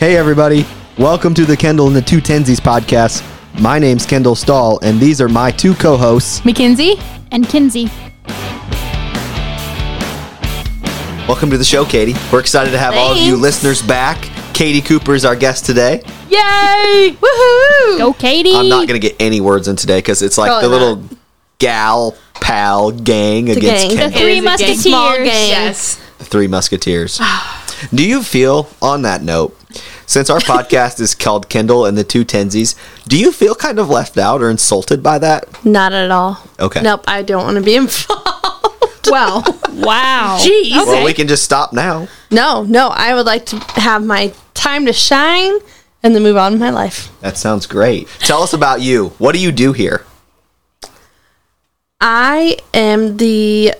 Hey, everybody. Welcome to the Kendall and the Two Tensies podcast. My name's Kendall Stahl, and these are my two co hosts. McKinsey? and Kinsey. Welcome to the show, Katie. We're excited to have all of you Thanks. listeners back. Katie Cooper is our guest today. Yay! Woohoo! Go, Katie. I'm not going to get any words in today because it's like Probably the little gal pal gang against gang. Kendall. It Three is a gang. Musketeers. Small gang. Yes. the Three Musketeers. Do you feel, on that note, since our podcast is called Kendall and the Two Tensies, do you feel kind of left out or insulted by that? Not at all. Okay. Nope, I don't want to be involved. well, Wow. Jeez. Well, we can just stop now. no, no, I would like to have my time to shine and then move on with my life. That sounds great. Tell us about you. What do you do here? I am the.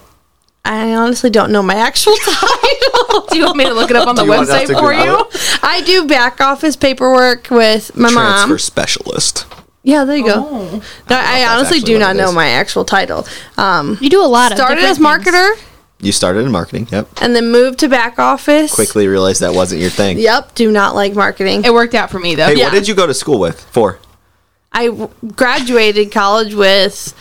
I honestly don't know my actual title. do you want me to look it up on Do you want us to Google I do back office paperwork with my Transfer mom. specialist. Yeah, there you go. No, I, that's honestly actually do what not it know is. my actual title. Um, You do a lot of started as different things. marketer You started in marketing. Yep. and then moved to back office. Quickly realized that wasn't your thing. Yep, do not like marketing. It worked out for me though. Hey, Yeah. what did you go to school with? For I w- graduated college with.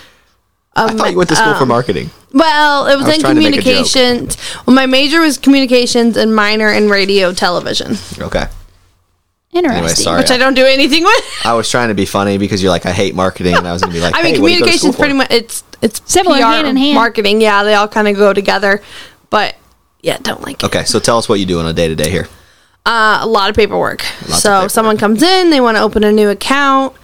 Um, I thought you went to school for marketing. Well, it was, I was in trying to make a joke. communications. Well, my major was communications and minor in radio television, Okay. Interesting. Anyway, sorry. which I don't do anything with. I was trying to be funny because you're like, I hate marketing, and I was gonna be like, I mean, hey, what do you go to school communications for? pretty much it's it's Similar, hand in hand. marketing. Yeah, they all kind of go together, but yeah, don't like it. Okay, so tell us what you do on a day to day here. Uh, a lot of paperwork. of so paperwork. someone comes in, they want to open a new account.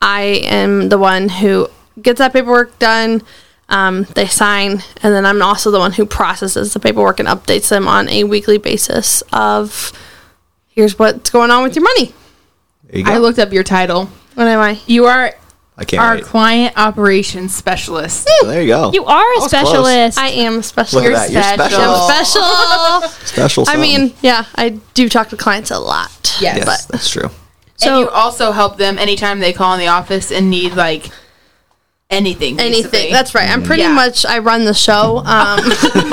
I am the one who gets that paperwork done. Um, they sign, and then I'm also the one who processes the paperwork and updates them on a weekly basis. Of here's what's going on with your money. There you go. I looked up your title. What am I? You are I can't. our wait. client operations specialist. Well, there you go. You are a was close. specialist. I am special. Look at that. You're special. I'm special. Special. I something. mean, yeah, I do talk to clients a lot. Yes. yes, but- that's true. So and you also help them anytime they call in the office and need like Anything. anything. basically. Mm-hmm. That's right. I'm pretty Yeah. much I run the show.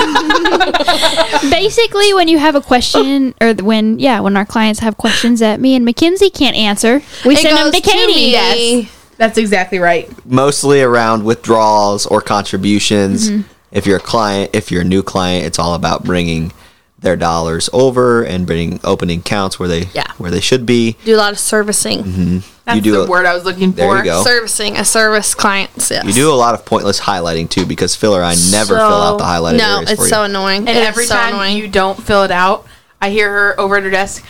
Um, Basically, when you have a question, or th- when yeah, when our clients have questions that me and McKinsey can't answer, we it send them goes to Katie. me. Yes. that's exactly right. Mostly around withdrawals or contributions. Mm-hmm. If you're a client, if you're a new client, it's all about bringing their dollars over and bringing opening accounts where they Yeah. where they should be. do a lot of servicing. That's do the it. word I was looking There for. you go. Servicing, I service clients. Yes. Oh. You do a lot of pointless highlighting too, because filler I never fill out the highlighted No, areas it's for so you. annoying. And every time you don't fill it out, I hear her over at her desk.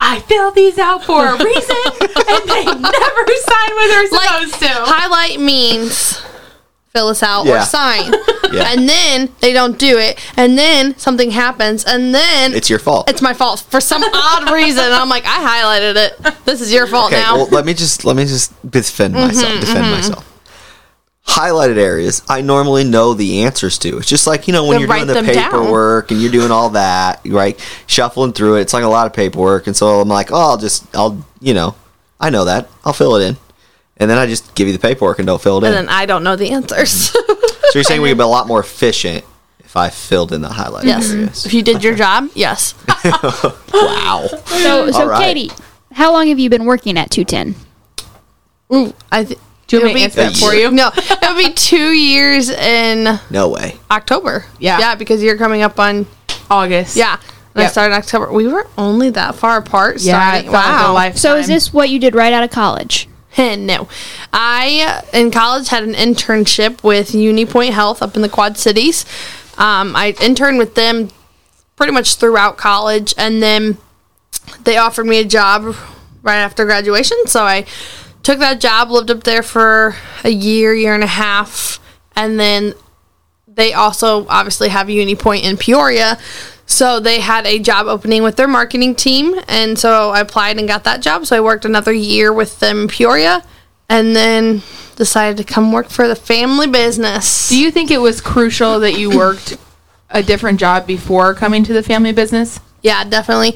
I fill these out for a reason, and they never sign what they're like supposed to. highlight means fill us out Yeah. or sign, Yeah. and then they don't do it, and then something happens, and then It's your fault. it's my fault for some odd reason. I'm like, I highlighted it. This is your fault okay, now. Mm-hmm, well, let me just let me just defend myself. Defend myself. Highlighted areas I normally know the answers to. It's just like you know when Then you're write doing the them down. paperwork and you're doing all that, right? Shuffling through it, it's like a lot of paperwork, and so I'm like, oh, I'll just I'll you know I know that I'll fill it in, and then I just give you the paperwork and don't fill it and in. then I don't know the answers. so you're saying we'd be a lot more efficient if I filled in the highlighted yes. If areas. you did your job, yes. Wow. So, so All right. Katie, how long have you been working at Two Ten? Ooh, I th- Do you it'll want me be- to answer that for year. you? No, it'll be two years in No way. October. Yeah. Yeah, because you're coming up on August. Yeah. And I Yep. started October. We were only that far apart. Yeah. Starting. wow. So, is this what you did right out of college? no. I, uh, in college, had an internship with UniPoint Health up in the Quad Cities. Um, I interned with them pretty much throughout college. And then they offered me a job right after graduation. So I took that job, lived up there for a year, year and a half. And then they also obviously have UniPoint in Peoria. So they had a job opening with their marketing team. And so I applied and got that job. So I worked another year with them in Peoria and then decided to come work for the family business. Do you think it was crucial that you worked a different job before coming to the family business? Yeah, definitely.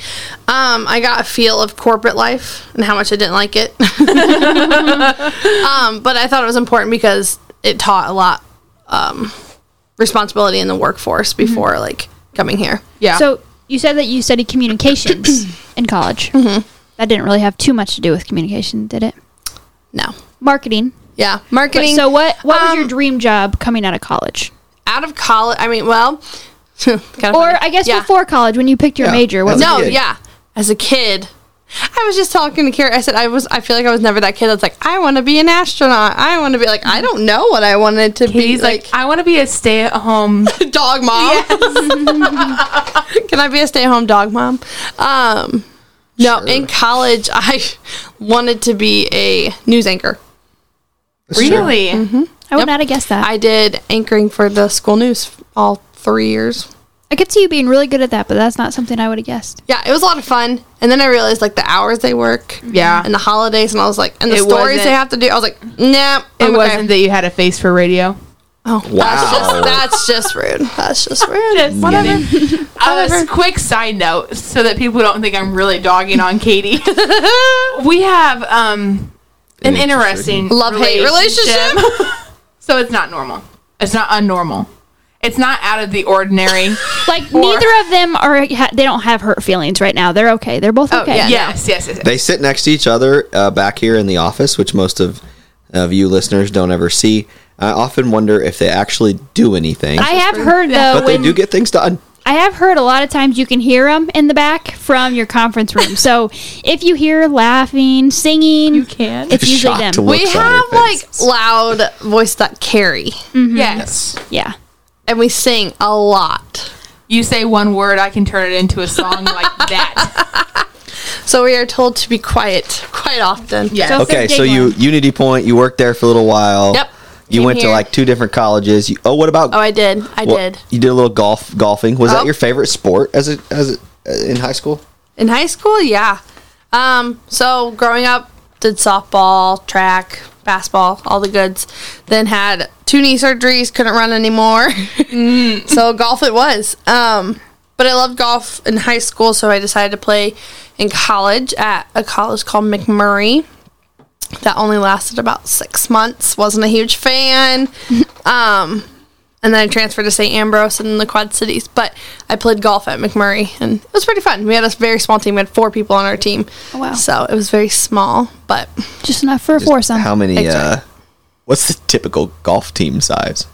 Um, I got a feel of corporate life and how much I didn't like it. um, but I thought it was important because it taught a lot um, responsibility in the workforce before like coming here. Yeah. Mm-hmm. So you said that you studied communications in college. That didn't really have too much to do with communication, did it? No. Marketing. Yeah. But- Marketing. so what? What was your um, dream job coming out of college, out of college? I mean, well, kind of or I guess before college when you picked your Yeah. major? What As a was it? No, kid. yeah. As a kid, I was just talking to Carrie. I said I was. I feel like I was never that kid that's like I want to be an astronaut. I want to be like I don't know what I wanted to He's be like, like. I want to be a stay at home. dog mom. Can I be a stay at home dog mom? Um, no. Sure. In college, I wanted to be a news anchor. That's true. really? I would not have guessed that. I, I did anchoring for the school news all three years. could see you being really good at that, but that's not something I would have guessed. Yeah, it was a lot of fun. And then I realized like the hours they work. Yeah. And the holidays, and I was like, and the It stories they wasn't- have to do. I was like, nah, It I'm okay. wasn't that you had a face for radio. Oh, Wow. that's just that's just rude. That's just rude. Whatever. A Uh, quick side note, so that people don't think I'm really dogging on Katie. we have um, an, An interesting interesting- Love-hate so it's not normal. It's not unnormal. It's not out of the ordinary. Like Or- neither of them are. Ha- they don't have hurt feelings right now. They're okay. They're both okay. Oh, yeah. yes, yes, yes. yes. They sit next to each other uh, back here in the office, which most of of you listeners don't ever see. I often wonder if they actually do anything, I have heard though. but they when- do get things done. I have heard a lot of times you can hear them in the back from your conference room. so if you hear laughing, singing, you can? It's usually Shocked them. look. We Looks on have their like faces. loud voice that carry, Mm-hmm. yes. yeah. and we sing a lot. You say one word, I can turn it into a song like that. So we are told to be quiet quite often. Yes. So- Okay, They're so you giggling. Unity Point, you worked there for a little while. Yep. You Came went to here. like two different colleges. You, oh, what about? Oh, I did. I well, did. You did a little golf golfing. Was Oh. that your favorite sport as a as a, in high school? In high school, yeah. Um, so growing up, did softball, track, basketball, all the goods. Then had two knee surgeries, couldn't run anymore. so golf it was. Um, but I loved golf in high school, so I decided to play in college at a college called McMurray. That only lasted about six months. Wasn't a huge fan. Um, and then I transferred to St. Ambrose and the Quad Cities. But I played golf at McMurray, and it was pretty fun. We had a very small team. We had four people on our team. Oh, wow. So it was very small, but Just enough for a foursome. How many? Exactly. Uh, what's the typical golf team size?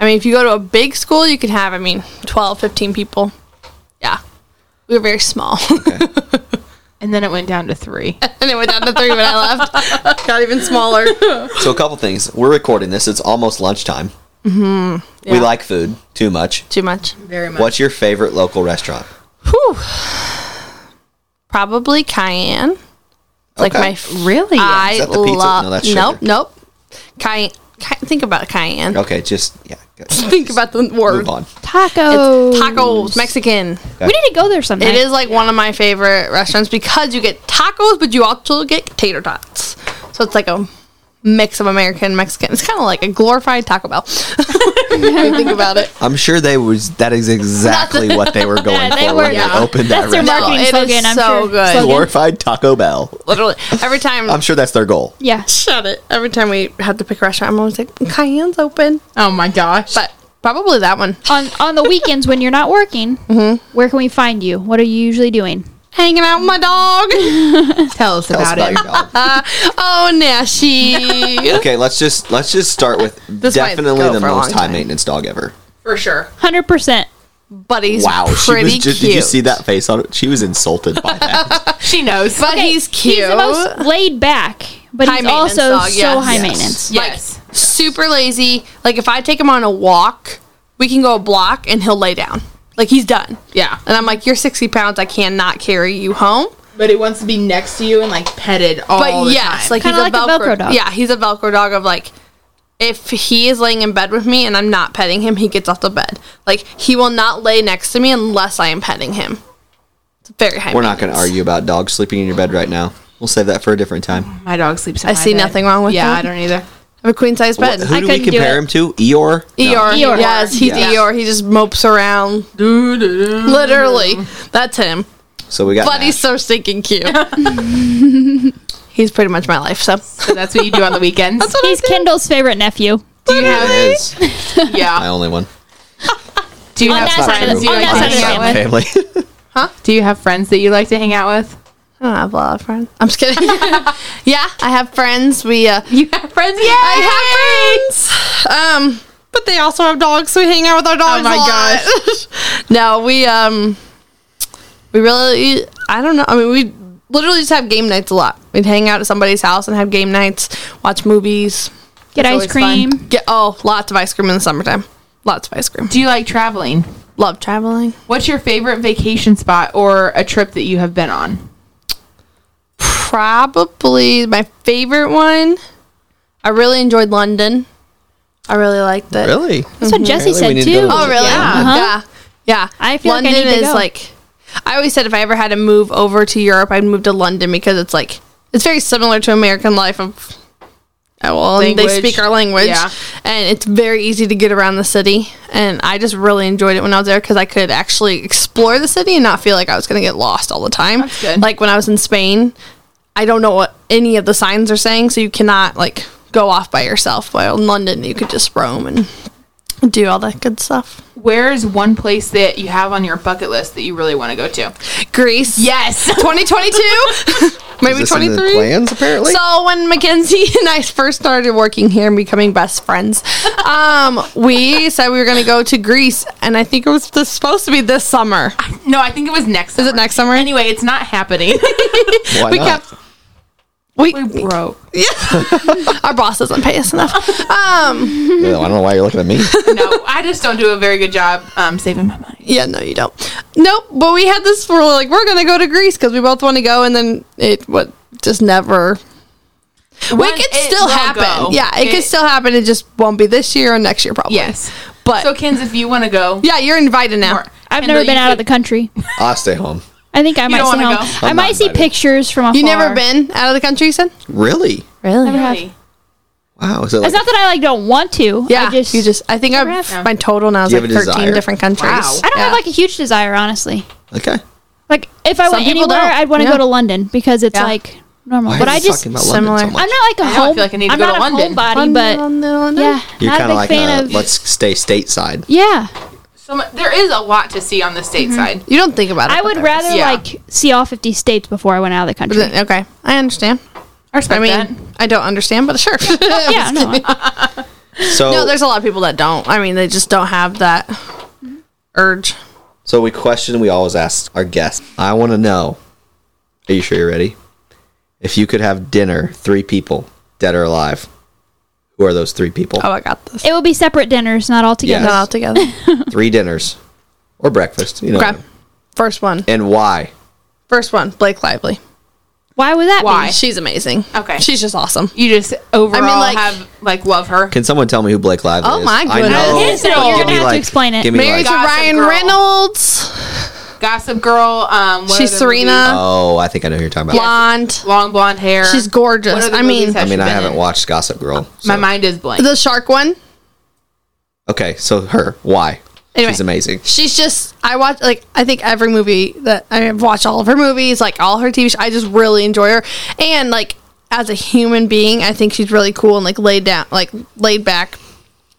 I mean, if you go to a big school, you can have, I mean, 12, 15 people. Yeah. We were very small. And then it went down to three. and it went down to three when I left. Got even smaller. So a couple things. We're recording this. It's almost lunchtime. Mm-hmm. We Yeah. like food too much. Too much. Very much. What's your favorite local restaurant? Whew. Probably cayenne. It's Like Okay. my Really? I Is that the pizza? love. No, that's nope, sugar. nope. Cayenne. Cay- think about cayenne. Okay, just yeah. Think about the word. move on. Tacos. It's tacos, Mexican. We need to go there sometime. It is like one of my favorite restaurants because you get tacos, but you also get tater tots. So it's like a mix of American and Mexican. It's kind of like a glorified Taco Bell. When you think about it. I'm sure they was that is exactly what they were going they for were- when yeah. they opened that That's their restaurant. marketing it is slogan. I'm so sure. good. Slogan. Glorified Taco Bell. Literally, every time. I'm sure that's their goal. Yeah. shut it. Every time we have to pick a restaurant, I'm always like, Cayenne's open, oh my gosh. but probably that one. On on the weekends when you're not working, Mm-hmm. where can we find you? What are you usually doing? Hanging out with my dog. tell us Tell us about about it. your dog. Oh, Nashi. okay, let's just let's just start with This might definitely go the for a long most high time. maintenance dog ever. For sure. Hundred percent. Buddy's Wow, she pretty was just, cute. did you see that face on it? She was insulted by that. She knows. But he's cute. He's the most laid back, but High he's maintenance also dog, so yes. high Yes. maintenance. yes. super lazy. Like if I take him on a walk, we can go a block and he'll lay down. Like he's done. yeah. And I'm like, you're 60 pounds. I cannot carry you home. But it wants to be next to you and like petted all But the yes, time. like he's Kinda a, like Velcro, a Velcro dog. Yeah, he's a Velcro dog of like, if he is laying in bed with me and I'm not petting him, he gets off the bed. Like he will not lay next to me unless I am petting him. It's very high. We're not going to maintenance. argue about dogs sleeping in your bed right now. We'll save that for a different time. my dog sleeps. in I my see bed. nothing wrong with Yeah, that. I don't either. I have a queen size What- bed. who I do we couldn't do compare it. him to? Eeyore. No. Eeyore. Eeyore. Yes, he's Yes. Eeyore. He just mopes around. Literally. That's him. So we got But he's Nash. so stinking cute. he's pretty much my life, so. So that's what you do on the weekends. He's Kendall's favorite nephew. do you It have? is my Yeah. only one. Do you On have that side of friends the- you on like that to side of the hang out family. with? Family. Do you have friends that you like to hang out with? I don't have a lot of friends. I'm just kidding. yeah, I have friends. We uh, You have friends? Yeah. I have friends. Um, but they also have dogs, so we hang out with our dogs. my a lot. no, we um, we really. I don't know. I mean, we literally just have game nights a lot. We'd hang out at somebody's house and have game nights, watch movies, Get It's ice always fun. cream. get oh, lots of ice cream in the summertime. Lots of ice cream. Do you like traveling? Love traveling. What's your favorite vacation spot or a trip that you have been on? Probably my favorite one. I really enjoyed London. I really liked it. Really? That's what Jesse Apparently we said need to too. go to- Mm-hmm. Oh, really? Yeah. Yeah. Uh-huh. Yeah. Yeah. I feel like I London need to is go. like, I always said if I ever had to move over to Europe, I'd move to London because it's like, it's very similar to American life of, oh, well, and they Language. speak our language. Yeah. And it's very easy to get around the city. And I just really enjoyed it when I was there because I could actually explore the city and not feel like I was going to get lost all the time. That's good. Like when I was in Spain, I don't know what any of the signs are saying, so you cannot like go off by yourself. While in London, you could just roam and do all that good stuff. Where is one place that you have on your bucket list that you really want to go to? Greece. Yes. 2022? Maybe Is this in the 23? plans, apparently? So when Mackenzie and I first started working here and becoming best friends, um, we said we were going to go to Greece, and I think it was this, supposed to be this summer. No, I think it was next. Is it next summer? Anyway, it's not happening. Why Uh-huh. we not? kept we, broke. our boss doesn't pay us enough. Um, Well, I don't know why you're looking at me. no, I just don't do a very good job um, saving my money. yeah, no, you don't. Nope. But we had this. We're like, we're going to go to Greece because we both want to go, and then it what just never Well, it could it still will happen. go. Yeah, it, It- could still happen. It just won't be this year or next year, probably. Yes. But So, Kins, if you want to go, yeah, you're invited now. I've never been out of the country. I'll Ah, stay home. I think I might don't see home. wanna go? I I'm might not see invited. pictures from afar. You never been out of the country, you said? Really? Really? Never have. country. Wow. Is it like It's not that I like don't want to. Yeah. I just, you just. I think I have. have my total now is You like have a 13 desire? different countries. Wow. I don't have Yeah. like a huge desire, honestly. okay? Like if I Some went people anywhere, don't. I'd want to Yeah. go to London because it's Yeah. like normal. Why but are I you just, talking about London so similar. much? I'm not like a know, I home. feel like I need to am go not to a London. homebody, but yeah, You're not kind a of like big uh, fan a, of. let's stay stateside. yeah, So, mu- there is a lot to see on the state side. You don't think about it. I would but rather Yeah. like see all 50 states before I went out of the country. there is. Uh, Okay. I understand. I respect I mean, that. I don't understand, but sure. yeah, no, So, no, there's a lot of people that don't. I mean, they just don't have that urge. so we question we always ask our guests. I want to know. Are you sure you're ready? If you could have dinner, three people, dead or alive, who are those three people? Oh, I got this. it will be separate dinners, not all together. Not Yes. all together. Three dinners or breakfast, you know. okay. First one. And why? First one. Blake Lively. Why would that Why? be? She's amazing. Okay. She's just awesome. You just overall like- have like love her. Can someone tell me who Blake Lively Oh is? my I goodness. know. Yes, but no, you're give gonna me, have to like- explain it. Give me Married like, to Gossip Ryan Girl. Reynolds. Gossip Girl. Um, what She's other movies? Serena. Oh, I think I know who you're talking about. Blonde. Long blonde hair. She's gorgeous. What other I mean- movies I has mean, she I been haven't in? watched Gossip Girl. so- My mind is blank. The shark one. Okay, so her. Why? Anyway. She's amazing. She's just I watch like I think every movie that I have watched all of her movies, like all her TV shows. I just really enjoy her. And like as a human being, I think she's really cool and like laid down like laid back.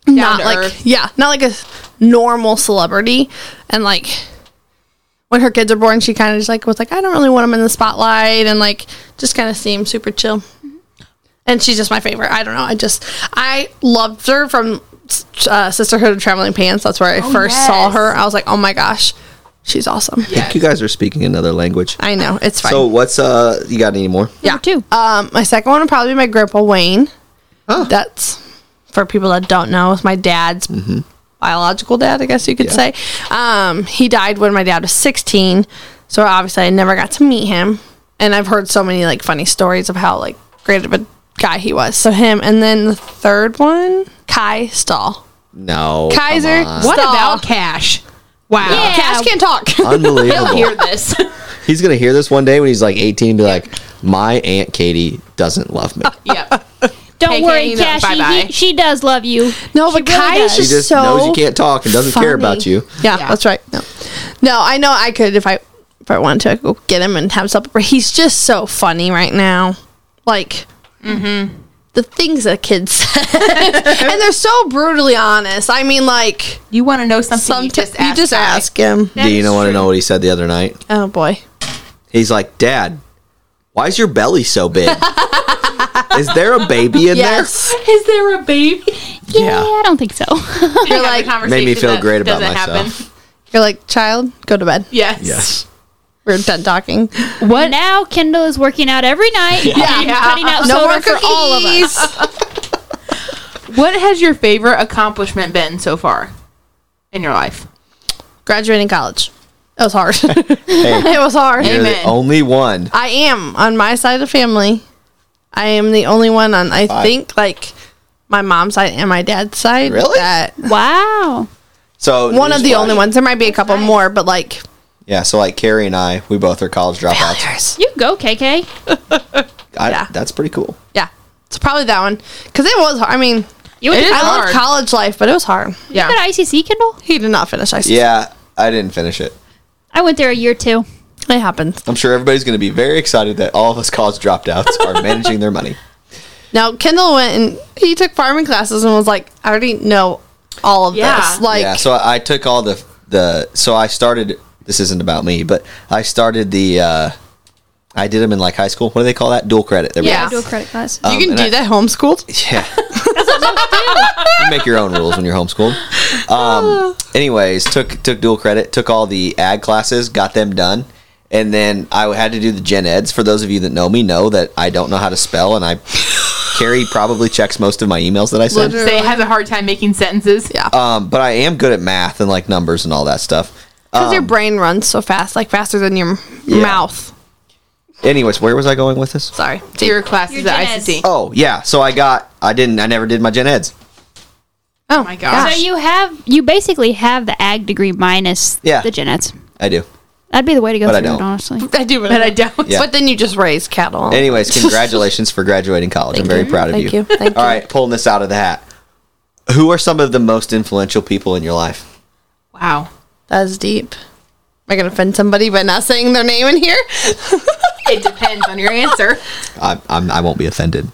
not to like earth. yeah, not like a normal celebrity. And like when her kids are born, she kind of just like was like, I don't really want them in the spotlight, and like just kind of seemed super chill. And she's just my favorite. I don't know. I just I loved her from uh, Sisterhood of Traveling Pants. That's where I first saw Oh, yes. her. I was like, oh my gosh, she's awesome. I think you guys are speaking another language. I know it's fine. So what's uh you got any more? yeah. Number two. Um, my second one would probably be my grandpa Wayne. Huh. That's for people that don't know, it's my dad's biological dad, I guess you could Mm-hmm. Yeah. say. Um, he died when my dad was 16, so obviously I never got to meet him. And I've heard so many like funny stories of how like great of a guy he was. So him, and then the third one, Kai Stahl. No. come Kaiser. on. what Stahl. about Cash? Wow. Yeah. Cash can't talk. Oh. He'll hear Unbelievable. this. he's gonna hear this one day when he's like 18 and be like, "My aunt Katie doesn't love me." yep. Don't KK, worry, you know, Cassie. bye-bye. he- she does love you. No, She but really Kai is does. She just just so knows you can't talk and doesn't care funny. about you. Yeah, Yeah. that's right. No, no, I know I could if I if I wanted to I could go get him and have supper. But he's just so funny right now, like Mm-hmm. the things that kids say, and they're so brutally honest. I mean, like You want to know something? some you just you ask. just Kai. ask him. Do you know want to know what he said the other night? Oh boy, He's like, "Dad, Why is your belly so big? is there a baby in Yes. Is there a baby? there? Yeah, I don't think so. You're like, made me feel great about myself. You're like, child, go to bed. Yes. Yes. We're done talking. what now? Kendall is working out every night. Yeah, Yeah. cutting out No soda more for E- all of us. us. What has your favorite accomplishment been so far in your life? Graduating college. That was hard. Hey, it was hard. you're the Amen. only one. I am on my side of family. I am the only one on. I Hi. think like my mom's side and my dad's side. Really? That Wow. So one of the newsflash. only ones. There might be a couple more, but like Yeah. So like Carrie and I, we both are college dropouts. failures. You go, KK. I, Yeah. That's pretty cool. Yeah. So probably that one because it was. I mean, You went to It is I college. love hard. college life, but it was hard. Yeah. You went to ICC, Kendall? He did not finish. I Yeah, I didn't finish it. I went there a year too. It happened. I'm sure everybody's going to be very excited that all of us college dropouts are managing their money. Now Kendall went and he took farming classes and was like, I already know all of Yeah. this. Like, yeah, so I, I took all the the so I started. This isn't about me, but I started the. uh I did them in like high school. What do they call that? Dual credit. There we Yeah. go. Do a credit class. you can um, and do I- that homeschooled. Yeah. you make your own rules when you're homeschooled. Um, anyways, took took dual credit, took all the ag classes, got them done, and then I had to do the gen eds. For those of you that know me, know that I don't know how to spell, and I Carrie probably checks most of my emails that I send. Literally. Say has a hard time making sentences. Yeah. Um, but I am good at math and like numbers and all that stuff. Because Um, your brain runs so fast, like faster than your m mouth. Anyways, where was I going with this? Sorry. So your classes Your at gen eds. ICC. Oh yeah, so I got I didn't I never did my gen eds. Oh my gosh. So you have you basically have the ag degree minus Yeah. the gen eds. I do. That'd be the way to go But I through it, don't. honestly. I do, But I don't. Yeah. But then you just raise cattle. Anyways, congratulations for graduating college. I'm very proud of Thank you. Thank All you. right, pulling this out of the hat. Who are some of the most influential people in your life? Wow. That's deep. Am I going to offend somebody by not saying their name in here? It depends on your answer. I, I'm, I won't be offended.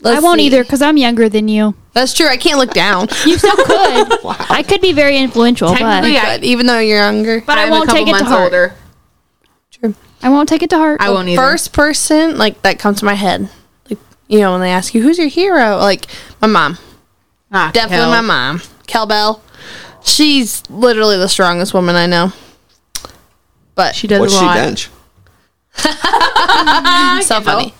Let's I won't see. either because I'm younger than you. That's true. I can't look down. You still could. I could be very influential, but Technically, But even though you're younger. But I won't take it to heart. True. I won't take it to heart. I won't either. First person, like, that comes to my head. Like, you know, when they ask you, who's your hero? Like, my mom. Ah, Definitely my hell. mom. Cal Bell. She's literally the strongest woman I know. But She does What's a she lot. bench? Ah, so funny.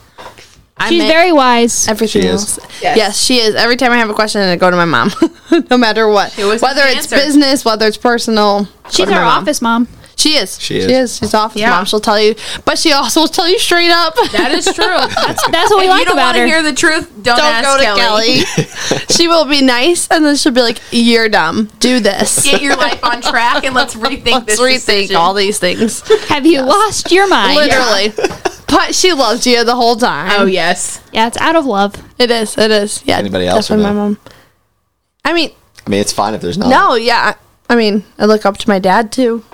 I She's meant very wise. everything She is. else. Yes. Yes. she is. Every time I have a question, I go to my mom, no matter what. always has Whether the it's answer. business, whether it's personal. go She's to my our mom. office mom. She is. She is. She is. She's office Yeah. mom. She'll tell you, but she also will tell you straight up. That is true. That's That's what we like you don't about want her. to hear the truth. Don't, Don't ask go to Kelly. Kelly. she will be nice, and then she'll be like, "You're dumb. Do this. Get your life on track and let's rethink Let's this rethink decision. all these things." Have you lost your mind? Literally. But she loved you the whole time. Oh yes. Yeah, it's out of love. It is. It is. Yeah. Anybody else or no? Definitely my mom. I mean, I mean, it's fine if there's not. no, yeah. I I mean, I look up to my dad too.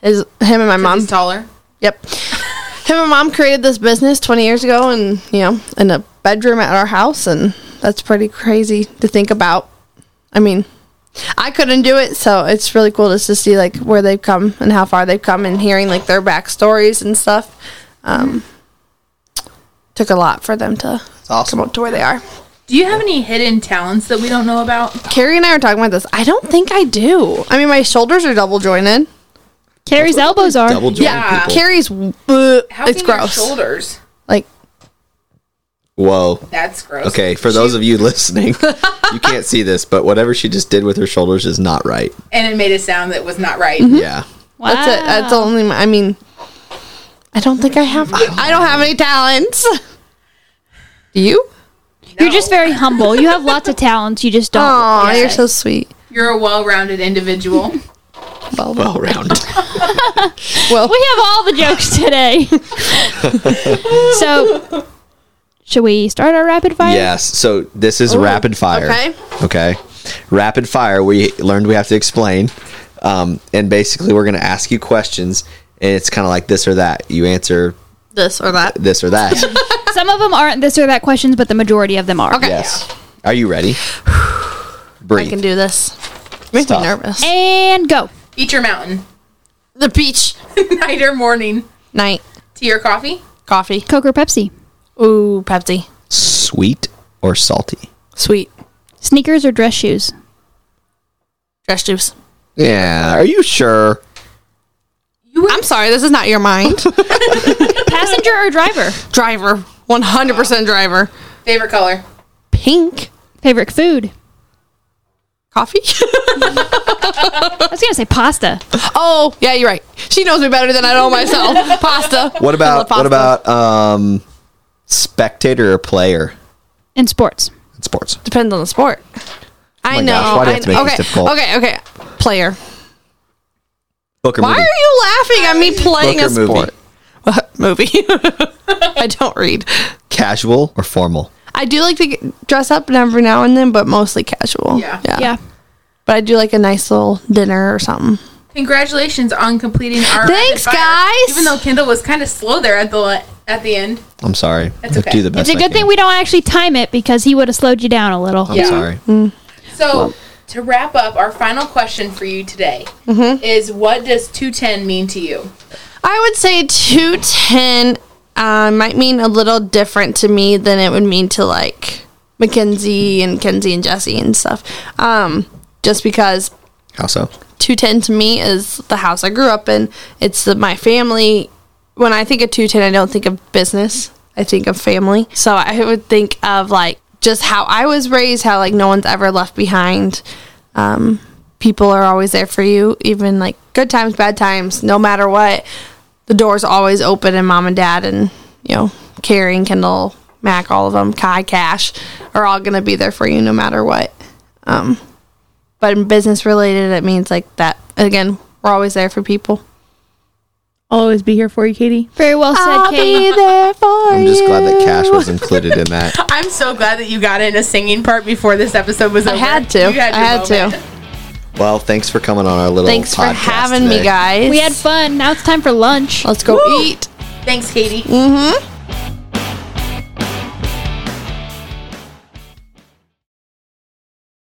His, him and my mom. He's taller. Yep. him and mom created this business 20 years ago and, you know, in a bedroom at our house. And that's pretty crazy to think about. I mean, I couldn't do it. So it's really cool just to see like where they've come and how far they've come and hearing like their backstories and stuff. Um, Took a lot for them to It's awesome. come up to where they are. Do you have any hidden talents that we don't know about? Carrie and I were talking about this. I don't think I do. I mean, my shoulders are double jointed. Carrie's elbows are. Double jointed Yeah. people. Carrie's, uh, How it's can your gross. shoulders. Like, Whoa. That's gross. Okay, for those of you listening, you can't see this, but whatever she just did with her shoulders is not right. And it made a sound that was not right. Mm-hmm. Hmm? Yeah. Wow. that's it. That's the only. I mean, I don't think I have. I, I don't have any talents. Do you? You're just very humble. You have lots of talents. You just don't. Oh, yeah. you're so sweet. You're a well-rounded individual. Well, well, Well rounded. We have all the jokes today. so, should we start our rapid fire? Yes. So this is rapid fire. okay. Okay. Rapid fire. We learned we have to explain, um, and basically we're going to ask you questions, and it's kind of like this or that. You answer this or that. this or that. Some of them aren't this or that questions, but the majority of them are. Okay. yes. Are you ready? Breathe. I can do this. Makes Stop. me nervous. And go. Eat your mountain. the beach Night or morning. night Tea or coffee? Coffee. Coke or Pepsi? Ooh, Pepsi. Sweet or salty? Sweet. Sneakers or dress shoes? Dress juice. Yeah. Are you sure? I'm sorry, this is not your mind. Passenger or driver? driver. 100% driver. Favorite color? Pink. Favorite food? Coffee? I was gonna say pasta. oh, yeah, you're right. She knows me better than I know myself. Pasta. What I about love pasta. what about um spectator or player In sports. in sports? Depends on the sport. Oh I my know. gosh, why do you have to I make know. this okay, difficult? okay, okay. Player. Book or Why are movie? you laughing at me playing Book a or movie? sport? What movie? I don't read. Casual or formal? I do like to get, dress up every now and then, but mostly casual. Yeah. yeah. Yeah. But I do like a nice little dinner or something. Congratulations on completing our. Thanks, rapid fire. guys. Even though Kendall was kind of slow there at the at the end. I'm sorry. I okay. Do the best. It's a I good can. thing we don't actually time it because he would have slowed you down a little. I'm Yeah. sorry. Mm. So to wrap up, our final question for you today Mm-hmm. is: What does two ten mean to you? I would say 210 uh, might mean a little different to me than it would mean to like Mackenzie and Kenzie and Jesse and stuff. Um, just because How so? 210 to me is the house I grew up in. It's the, my family. When I think of 210, I don't think of business. I think of family. So I would think of like just how I was raised, how like no one's ever left behind. Um, people are always there for you, even like good times, bad times, no matter what. The door's always open, and mom and dad and you know Carrie and Kendall, Mac, all of them, Kai, Cash are all gonna be there for you no matter what but in business related it means like that again we're always there for people I'll always be here for you, Katie. Very well said, Katie. there for I'm just glad that Cash was included in that. I'm so glad that you got in a singing part before this episode was i over. had to You i your had moment. to Well, thanks for coming on our little. thanks for podcast having me today. guys We had fun. Now it's time for lunch. let's go eat Mm-hmm. Thanks, Katie.